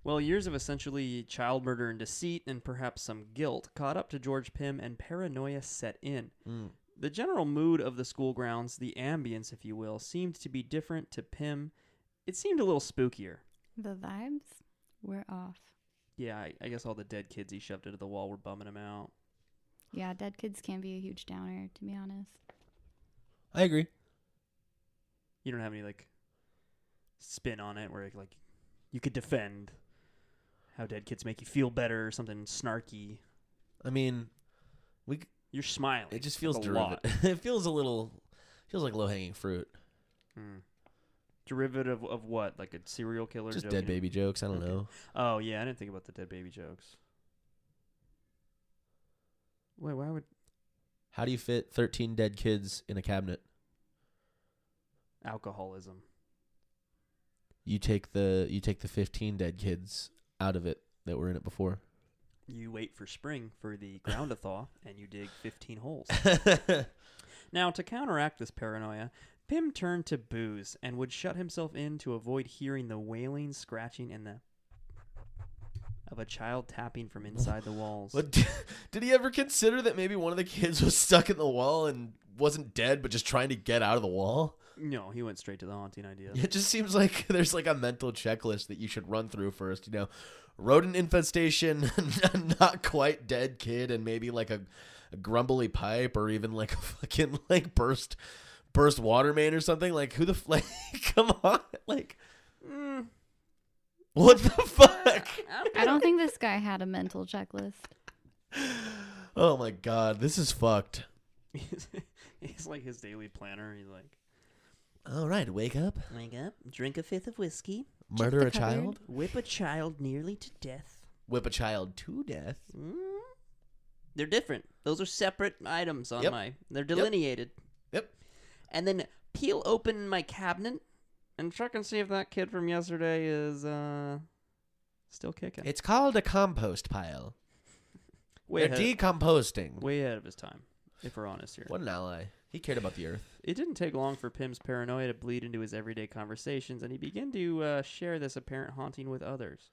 well, years of essentially child murder and deceit and perhaps some guilt caught up to George Pym and paranoia set in. Mm. The general mood of the school grounds, the ambience, if you will, seemed to be different to Pym. It seemed a little spookier. The vibes were off. Yeah, I, I guess all the dead kids he shoved into the wall were bumming him out. Yeah, dead kids can be a huge downer, to be honest. I agree. You don't have any like spin on it where like you could defend how dead kids make you feel better or something snarky. I mean, we c- You're smiling. it just feels like a lot. derivative. [LAUGHS] it feels a little feels like low hanging fruit. Mm. Derivative of what? Like a serial killer? Just joke, dead you know? baby jokes. I don't Okay. know. Oh yeah, I didn't think about the dead baby jokes. Wait, why would How do you fit 13 dead kids in a cabinet? alcoholism? You take the you take the 15 dead kids out of it that were in it before. [LAUGHS] You wait for spring for [LAUGHS] the ground to thaw, and you dig fifteen holes. Now, to counteract this paranoia, Pym turned to booze and would shut himself in to avoid hearing the wailing, scratching, and the of a child tapping from inside the walls. But d- [LAUGHS] did he ever consider that maybe one of the kids was stuck in the wall and wasn't dead, but just trying to get out of the wall? No, he went straight to the haunting idea. It just seems like [LAUGHS] there's like a mental checklist that you should run through first. You know, rodent infestation, [LAUGHS] not quite dead kid, and maybe like a, a grumbly pipe or even like a fucking [LAUGHS] like burst burst water main or something. Like who the f- [LAUGHS] like? Come on, like Mm, what the fuck? I don't think this guy had a mental checklist. Oh my god, this is fucked. he's, he's like his daily planner. He's like, All right, wake up, Wake up, drink a fifth of whiskey, murder the a cupboard. child, whip a child nearly to death. whip a child to death. Mm. Mm-hmm. They're different. Those are separate items on Yep. my. They're delineated. Yep. And then peel open my cabinet. and check and see if that kid from yesterday is uh still kicking. It's called a compost pile. way They're ahead, decomposing. way ahead of his time, if we're honest here. What an ally. He cared about the earth. It didn't take long for Pim's paranoia to bleed into his everyday conversations, and he began to uh, share this apparent haunting with others.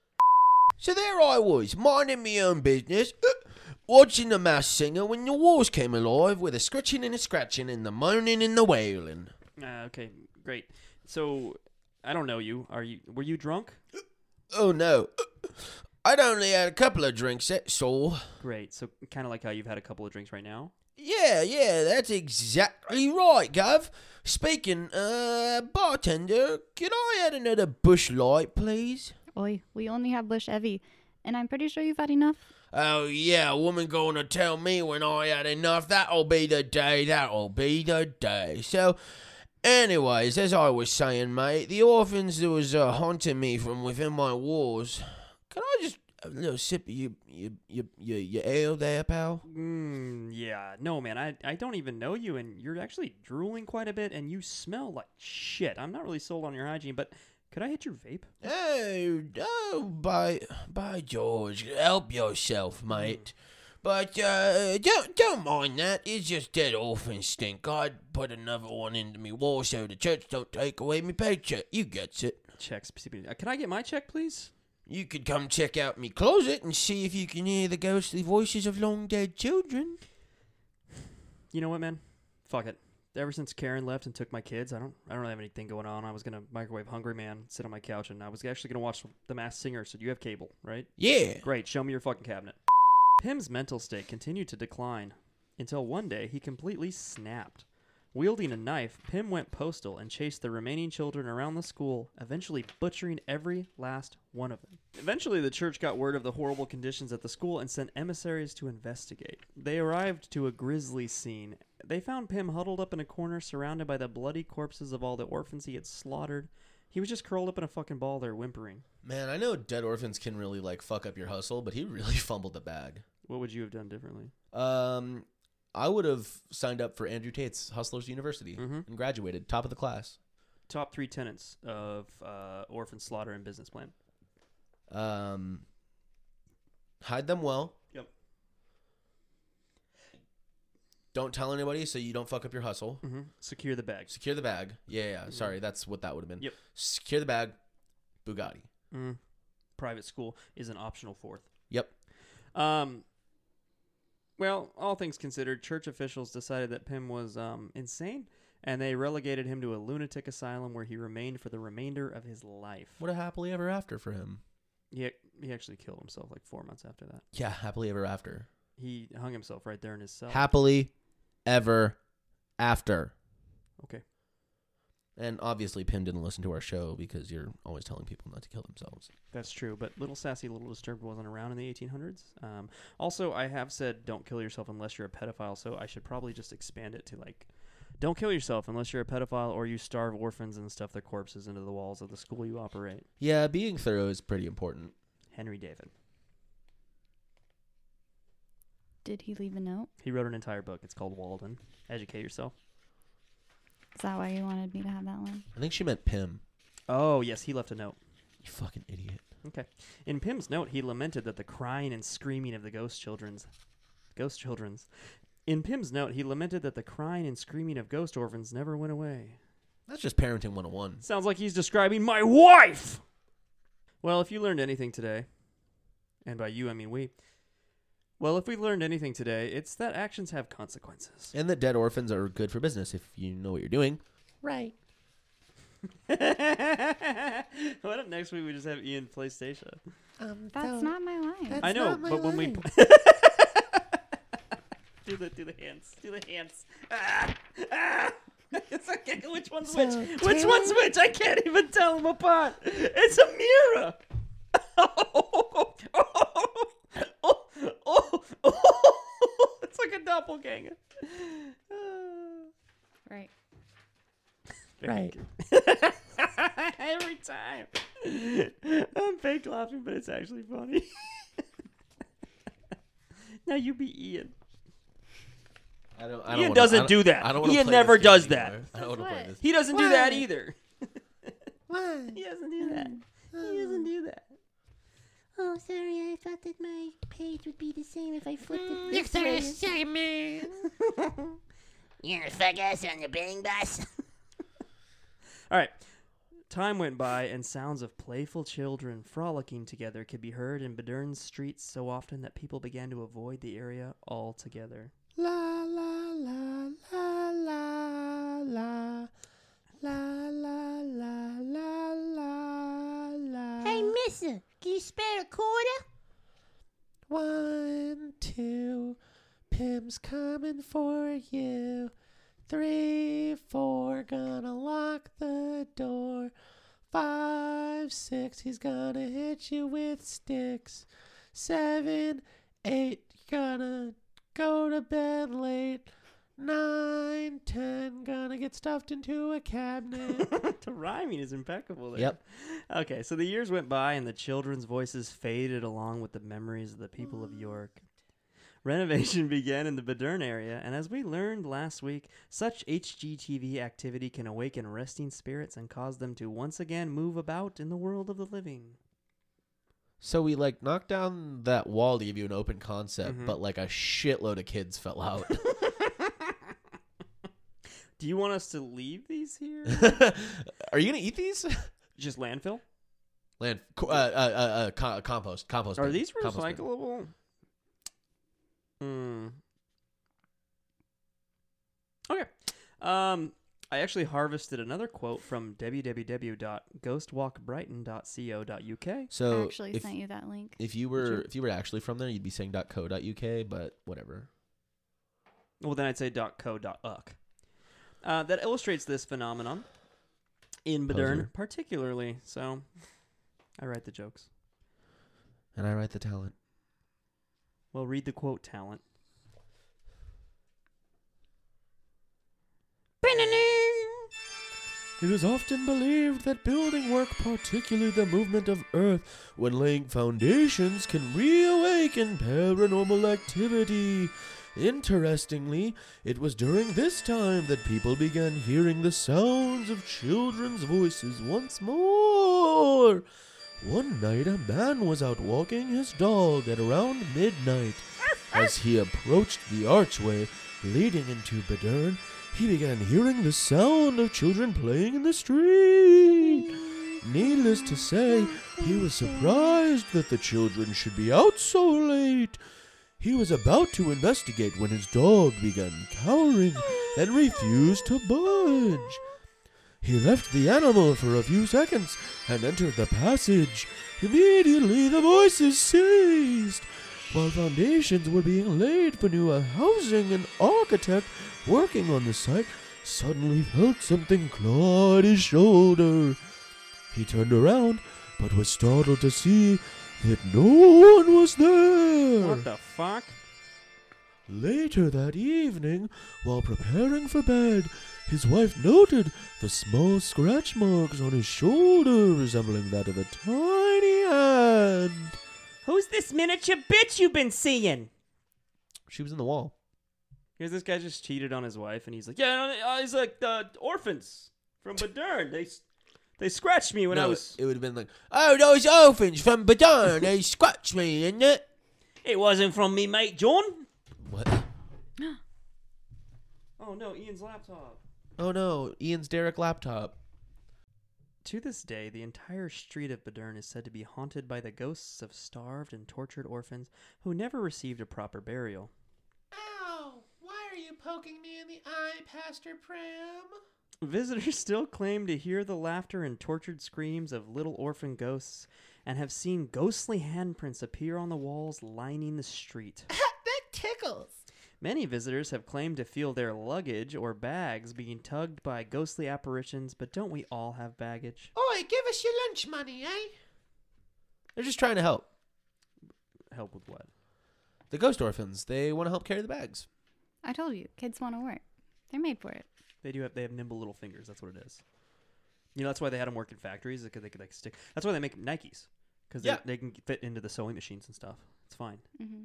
So there I was, minding my own business, [CLEARS THROAT] watching the mass singer when the walls came alive with a scratching and a scratching and the moaning and the wailing. Uh, okay, great. So, I don't know you. Are you? Were you drunk? Oh no, [CLEARS THROAT] I'd only had a couple of drinks, that's all. Great. So, kind of like how you've had a couple of drinks right now. Yeah, yeah, that's exactly right, Gov. Speaking, uh, bartender, can I add another bush light, please? Oi, we only have Bush Evie, and I'm pretty sure you've had enough. Oh yeah, a woman gonna tell me when I had enough. That'll be the day. That'll be the day. So, anyways, as I was saying, mate, the orphans that was uh, haunting me from within my walls. Can I just have a little sip of your your your your, your ale there, pal? Mm, yeah. No, man. I I don't even know you, and you're actually drooling quite a bit, and you smell like shit. I'm not really sold on your hygiene, but could I hit your vape? Oh, oh, by by George, help yourself, mate. But uh, don't don't mind that. It's just dead orphan stink. I'd put another one into me wall so the church don't take away me paycheck. You gets it. Checks. Uh, Can I get my check, please? You could come check out me closet and see if you can hear the ghostly voices of long dead children. You know what, man? Fuck it. Ever since Karen left and took my kids, I don't I don't have anything going on. I was gonna microwave Hungry Man, sit on my couch, and I was actually gonna watch The Masked Singer. So you have cable, right? Yeah. Great. Show me your fucking cabinet. Pim's mental state continued to decline until one day he completely snapped. Wielding a knife, Pim went postal and chased the remaining children around the school, eventually butchering every last one of them. Eventually, the church got word of the horrible conditions at the school and sent emissaries to investigate. They arrived to a grisly scene. They found Pim huddled up in a corner, surrounded by the bloody corpses of all the orphans he had slaughtered. He was just curled up in a fucking ball there, whimpering. Man, I know dead orphans can really like fuck up your hustle, but he really [LAUGHS] fumbled the bag. What would you have done differently? Um, I would have signed up for Andrew Tate's Hustlers University Mm-hmm. Mhm. and graduated top of the class. top three tenets of uh, orphan slaughter and business plan. Um, hide them well. Yep. Don't tell anybody so you don't fuck up your hustle. Mm-hmm. Secure the bags. Secure the bag. Yeah, yeah. yeah. Sorry, that's what that would have been. Yep. Secure the bag. Bugatti. Mm. Private school is an optional fourth. Yep. Um, well, all things considered, church officials decided that Pym was um, insane, and they relegated him to a lunatic asylum where he remained for the remainder of his life. What a happily ever after for him. He, he actually killed himself like four months after that. Yeah, happily ever after. He hung himself right there in his cell. Happily ever after. okay. And obviously, Pim didn't listen to our show because you're always telling people not to kill themselves. That's true, but Little Sassy, Little Disturbed wasn't around in the 1800s. Um, also, I have said don't kill yourself unless you're a pedophile, so I should probably just expand it to like don't kill yourself unless you're a pedophile or you starve orphans and stuff their corpses into the walls of the school you operate. Yeah, being thorough is pretty important. Henry David. Did he leave a note? He wrote an entire book. It's called Walden. Educate yourself. Is that why you wanted me to have that one? I think she meant Pim. Oh, yes, he left a note. You fucking idiot. Okay. In Pym's note, he lamented that the crying and screaming of the ghost children's ghost children's. In Pym's note, he lamented that the crying and screaming of ghost orphans never went away. That's just parenting 101. Sounds like he's describing my wife! Well, if you learned anything today, and by you I mean we, well, if we learned anything today, it's that actions have consequences. [LAUGHS] And that dead orphans are good for business if you know what you're doing. Right. what if next week we just have Ian play Stacia? That's not my line. I know, but when we [LAUGHS] do the do the hands, do the hands. Ah, ah. [LAUGHS] It's okay. Which one's which? Which one's which? I can't even tell them apart. It's a mirror. [LAUGHS] Oh, oh, oh, oh, oh. It's like a doppelganger. [SIGHS] Ah. Right. Right. Every time. I'm fake laughing, but it's actually funny. [LAUGHS] now you be Ian. I don't, I don't Ian wanna- doesn't I don't- do that. I don't wanna Ian play this never game does that. anymore. I don't want to play What? this. He doesn't do that Why? either. [LAUGHS] He doesn't do that. He doesn't do that. Oh, sorry. I thought that my page would be the same if I flipped it. Next this way. time, segment. You're a fuck ass on the bang bus. All right. Time went by, and sounds of playful children frolicking together could be heard in Badern's streets so often that people began to avoid the area altogether. La la la la la la la la la la la la. Hey, mister, can you spare a quarter? One, two, Pim's coming for you. Three, four, gonna lock the door. Five, six, he's gonna hit you with sticks. Seven, eight, you're gonna go to bed late. Nine, ten, gonna get stuffed into a [LAUGHS] cabinet. the rhyming is impeccable there. Yep. Okay, so the years went by and the children's voices faded along with the memories of the people of York. Renovation [LAUGHS] began in the Badern area, and as we learned last week, such HGTV activity can awaken resting spirits and cause them to once again move about in the world of the living. so we like knocked down that wall to give you an open concept, Mhm. but like a shitload of kids fell out. [LAUGHS] Do you want us to leave these here? Are you gonna eat these? Just landfill? Land co- uh, uh, uh, uh, co- compost, compost. Are bin, these compost bin. recyclable? Hmm. Okay. Um, I actually harvested another quote from www.ghostwalkbrighton.co.uk. So I actually if, sent you that link. if you Did were you? if you were actually from there, you'd be saying .co.uk, but whatever. Well, then I'd say .co.uk. Uh, that illustrates this phenomenon in Badern, Poser. particularly. So, I write the jokes. And I write the talent. Well, read the quote, talent. It is often believed that building work, particularly the movement of earth when laying foundations, can reawaken paranormal activity. Interestingly, it was during this time that people began hearing the sounds of children's voices once more. One night, a man was out walking his dog at around midnight. As he approached the archway leading into Badern, he began hearing the sound of children playing in the street. Needless to say, he was surprised that the children should be out so late. He was about to investigate when his dog began cowering and refused to budge. He left the animal for a few seconds and entered the passage. Immediately, the voices ceased. While foundations were being laid for new housing, an architect working on the site suddenly felt something claw at his shoulder. He turned around, but was startled to see that no one was there. What the fuck? Later that evening, while preparing for bed, his wife noted the small scratch marks on his shoulder resembling that of a tiny hand. Who's this miniature bitch you've been seeing? She was in the wall. Because this guy just cheated on his wife, and he's like, yeah, no, uh, he's like the orphans from Badern. They s- they scratched me when I was. it would have been like, oh, those orphans from Badon, they scratched me, and it. It wasn't from me, mate, John. What? [GASPS] Oh no, Ian's laptop. Oh no, Ian's Derek laptop. To this day, the entire street of Badern is said to be haunted by the ghosts of starved and tortured orphans who never received a proper burial. Ow! Why are you poking me in the eye, Pastor Prim? Visitors still claim to hear the laughter and tortured screams of little orphan ghosts and have seen ghostly handprints appear on the walls lining the street. [LAUGHS] that tickles. Many visitors have claimed to feel their luggage or bags being tugged by ghostly apparitions, but don't we all have baggage? Oi, give us your lunch money, eh? They're just trying to help. Help with what? The ghost orphans, they want to help carry the bags. I told you, kids want to work. They're made for it. They do have they have nimble little fingers. That's what it is. You know that's why they had them work in factories because they could like stick. That's why they make Nikes because Yeah. they, they can fit into the sewing machines and stuff. It's fine. hmm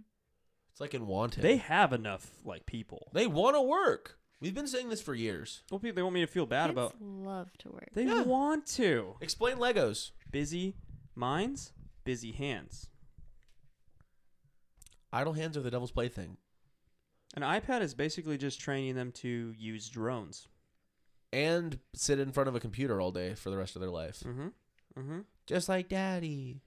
It's like in Wanted. They have enough like people. they want to work. We've been saying this for years. Well, people they want me to feel bad kids about. love to work. They Yeah. want to. Explain Legos. Busy minds, busy hands. Idle hands are the devil's plaything. An iPad is basically just training them to use drones. And sit in front of a computer all day for the rest of their life. Mm-hmm. Mm-hmm. Just like daddy.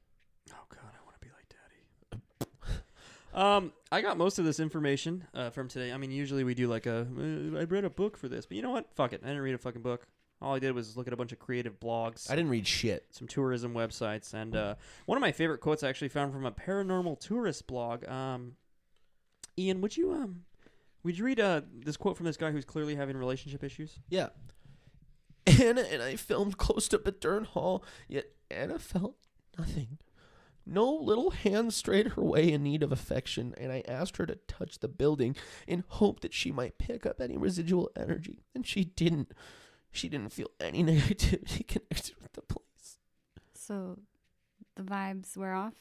Oh God, I want to be like Daddy. [LAUGHS] um, I got most of this information uh, from today. I mean, usually we do like a uh, I read a book for this, but you know what? Fuck it. I didn't read a fucking book. All I did was look at a bunch of creative blogs, I didn't read shit. some tourism websites, and uh, one of my favorite quotes I actually found from a paranormal tourist blog. Um, Ian, would you um, would you read uh this quote from this guy who's clearly having relationship issues? Yeah. Anna [LAUGHS] and I filmed close to Pattern Hall, yet Anna felt nothing. No little hand strayed her way in need of affection, and I asked her to touch the building in hope that she might pick up any residual energy, and she didn't. She didn't feel any [LAUGHS] negativity connected with the place. So the vibes were off.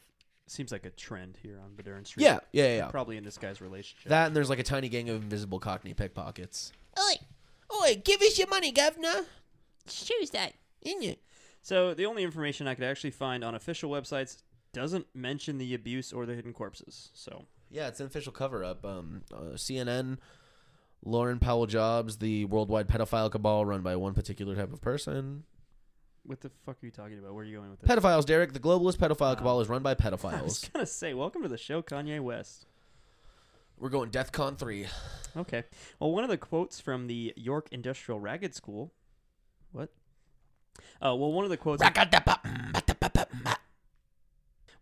Seems like a trend here on Badern Street. Yeah, yeah, yeah. Probably in this guy's relationship. That and there's like a tiny gang of invisible Cockney pickpockets. Oi, oi, give us your money, governor. It's Tuesday. In you. So the only information I could actually find on official websites doesn't mention the abuse or the hidden corpses. So Yeah, it's an official cover up. Um, uh, CNN, Lauren Powell Jobs, the worldwide pedophile cabal run by one particular type of person. what the fuck are you talking about? Where are you going with this? Pedophiles, Derek. The globalist pedophile cabal is run by [LAUGHS] I was pedophiles. gonna say, welcome to the show, Kanye West. We're going DEFCON 3. Okay. Well, one of the quotes from the York Industrial Ragged School. What? Uh, well, one of the quotes.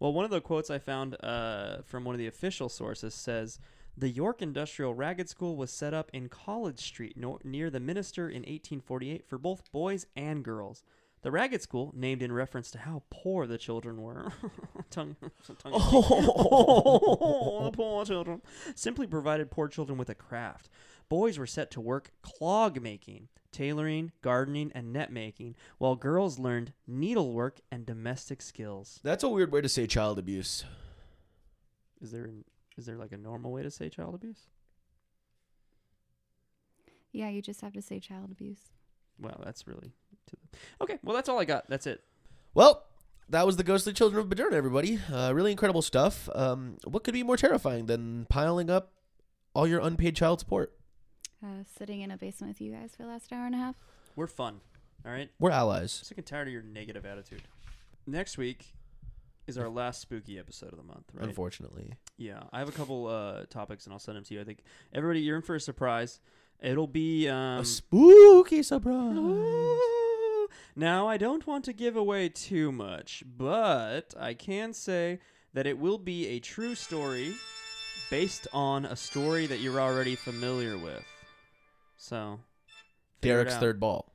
Well, one of the quotes I found uh, from one of the official sources says the York Industrial Ragged School was set up in College Street no- near the Minster in 1848 for both boys and girls. The Ragged School, named in reference to how poor the children were, [LAUGHS] tongue, tongue oh, [LAUGHS] poor children, simply provided poor children with a craft. Boys were set to work clog making, tailoring, gardening, and net making, while girls learned needlework and domestic skills. That's a weird way to say child abuse. Is there an, is there like a normal way to say child abuse? Yeah, you just have to say child abuse. Wow, that's really to the... okay. Well, that's all I got. That's it. Well, that was the ghostly children of Badurna, everybody. Uh, really incredible stuff. Um, what could be more terrifying than piling up all your unpaid child support? Uh, sitting in a basement with you guys for the last hour and a half. We're fun. All right. We're allies. Sick and tired of your negative attitude. Next week is our last spooky episode of the month, right? Unfortunately, Yeah, I have a couple uh, topics and I'll send them to you. I think everybody, you're in for a surprise. It'll be um, a spooky surprise. Ooh. Now, I don't want to give away too much, but I can say that it will be a true story based on a story that you're already familiar with. So, figure it Derek's out. third ball.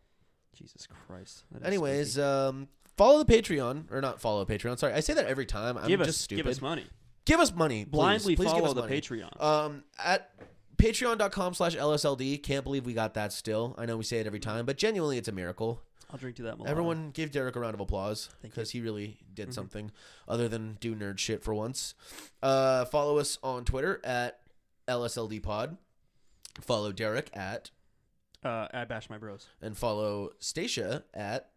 Jesus Christ. that is Anyways, spooky. um, follow the Patreon or not follow Patreon. Sorry, I say that every time. uh, I'm give us just stupid. give us money. Give us money. Please. Blindly please give follow us the money. Patreon. Um, at patreon.com slash LSLD. Can't believe we got that still. I know we say it every time, but genuinely, it's a miracle. I'll drink to that. Milano. Everyone give Derek a round of applause Thank because he really did Mhm. something other than do nerd shit for once. Uh, follow us on Twitter at LSLD pod. Follow Derek at uh, I bash my bros. and follow Stacia at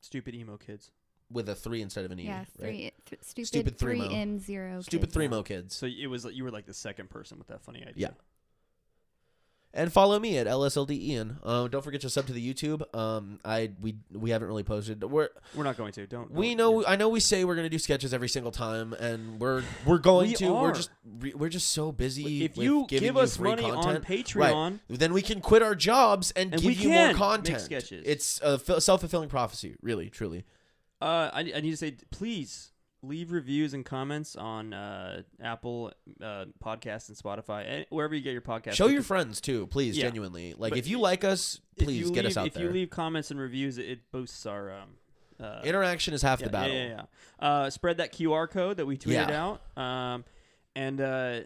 Stupid emo kids. with a three instead of an E. yeah, right? three, th- stupid, Stupid three three-mo. M zero. Stupid three mo kids. So it was you were like the second person with that funny idea. Yeah. and follow me at LSLD Ian. Um, don't forget to sub to the YouTube. Um, I we we haven't really posted. We're We're not going to. Don't. we don't- know I know we say we're gonna do sketches every single time, and we're we're going We to. We're are. just re- we're just so busy. If with you giving give us free money on content. Patreon, Right. Then we can quit our jobs and, And give we you can more make content. sketches. It's a self fulfilling prophecy, really, truly. Uh, I, I need to say, please leave reviews and comments on uh, Apple uh, Podcasts and Spotify, and wherever you get your podcast. Show your friends too, please. Yeah. Genuinely, like But if you like us, please get us out if there. you leave comments and reviews, it, it boosts our um, uh, Interaction is half yeah, the battle. Yeah, yeah, yeah. Uh, spread that QR code that we tweeted Yeah. out. Um, and uh,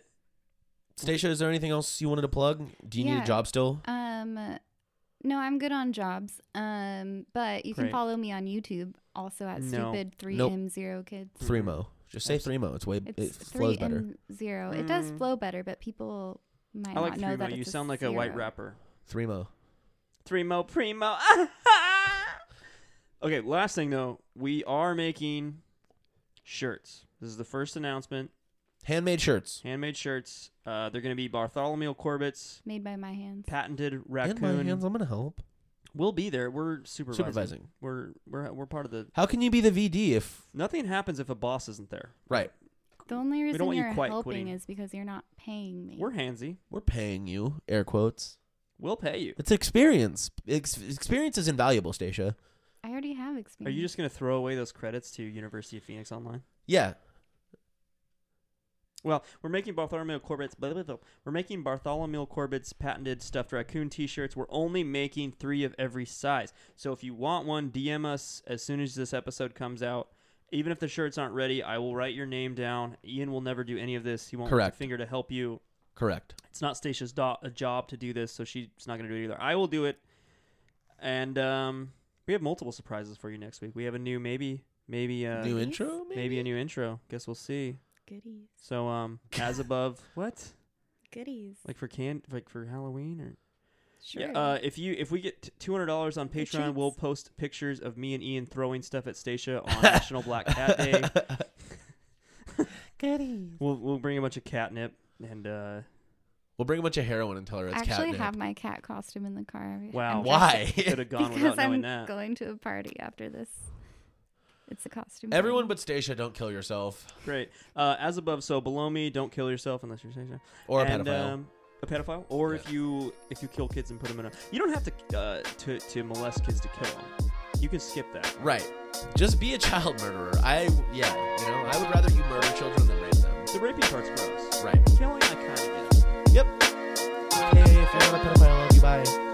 Stacia, is there anything else you wanted to plug? Do you need Yeah. a job still? Um, no, I'm good on jobs. Um, but you Great. can follow me on YouTube also at No. stupid three Nope. M zero kids. Three mo. Just say Hmm. Abs- three mo. It's way it It's three flows better. M zero. It does Mm. flow better, but people might I like not know Threemo. that. You it's sound like a white zero. rapper. Three mo. Threemo, primo. [LAUGHS] okay, last thing though, we are making shirts. This is the first announcement. Handmade shirts. Handmade shirts. Uh, they're going to be Bartholomew Corbett's made by my hands. patented And my hands. raccoon. I'm gonna help. We'll be there. We're supervising. Supervising. We're we're we're part of the. How can you be the VD if Nothing happens if a boss isn't there. right? The only reason want you you're quite helping quitting. is because you're not paying me. We're handsy. We're paying you. Air quotes. We'll pay you. It's experience. Ex- experience is invaluable, Stacia. I already have experience. Are you just gonna throw away those credits to University of Phoenix Online? Yeah. Well, we're making Bartholomew Corbett's blah, blah, blah. we're making Bartholomew Corbett's patented stuffed raccoon T-shirts. We're only making three of every size. So if you want one, DM us as soon as this episode comes out. Even if the shirts aren't ready, I will write your name down. Ian will never do any of this. He won't lift a Correct. finger to help you. Correct. It's not Stacia's do- a job to do this, so she's not going to do it either. I will do it. And um, we have multiple surprises for you next week. We have a new maybe, maybe, uh, New Yes. intro. Maybe? maybe a new intro. Guess we'll see. goodies? So um, as above, [LAUGHS] what? Goodies. like for can like for Halloween or Sure. yeah. Uh, if you if we get two hundred dollars on Good Patreon, we'll chance. post pictures of me and Ian throwing stuff at [LAUGHS] Stacia on National Black Cat Day. We'll we'll bring a bunch of catnip and uh, We'll bring a bunch of heroin and tell her I it's actually catnip. have my cat costume in the car. Wow. [LAUGHS] I'm [LAUGHS] dressed- Why? could have [LAUGHS] gone because without knowing I'm that. going to a party after this. It's a costume. Everyone party. but Stacia, don't kill yourself Great. Uh, as above, so below me. Don't kill yourself unless you're Stacia. or a and, pedophile. Um, a pedophile, or if Yeah. you if you kill kids and put them in a, you don't have to uh, to to molest kids to kill them. You can skip that. right. Just be a child murderer. I yeah. You know, I would rather you murder children than rape them. The raping part's gross. Right. Killing, I kind of get. Yep. Hey, if you're not a pedophile, I love you. Bye.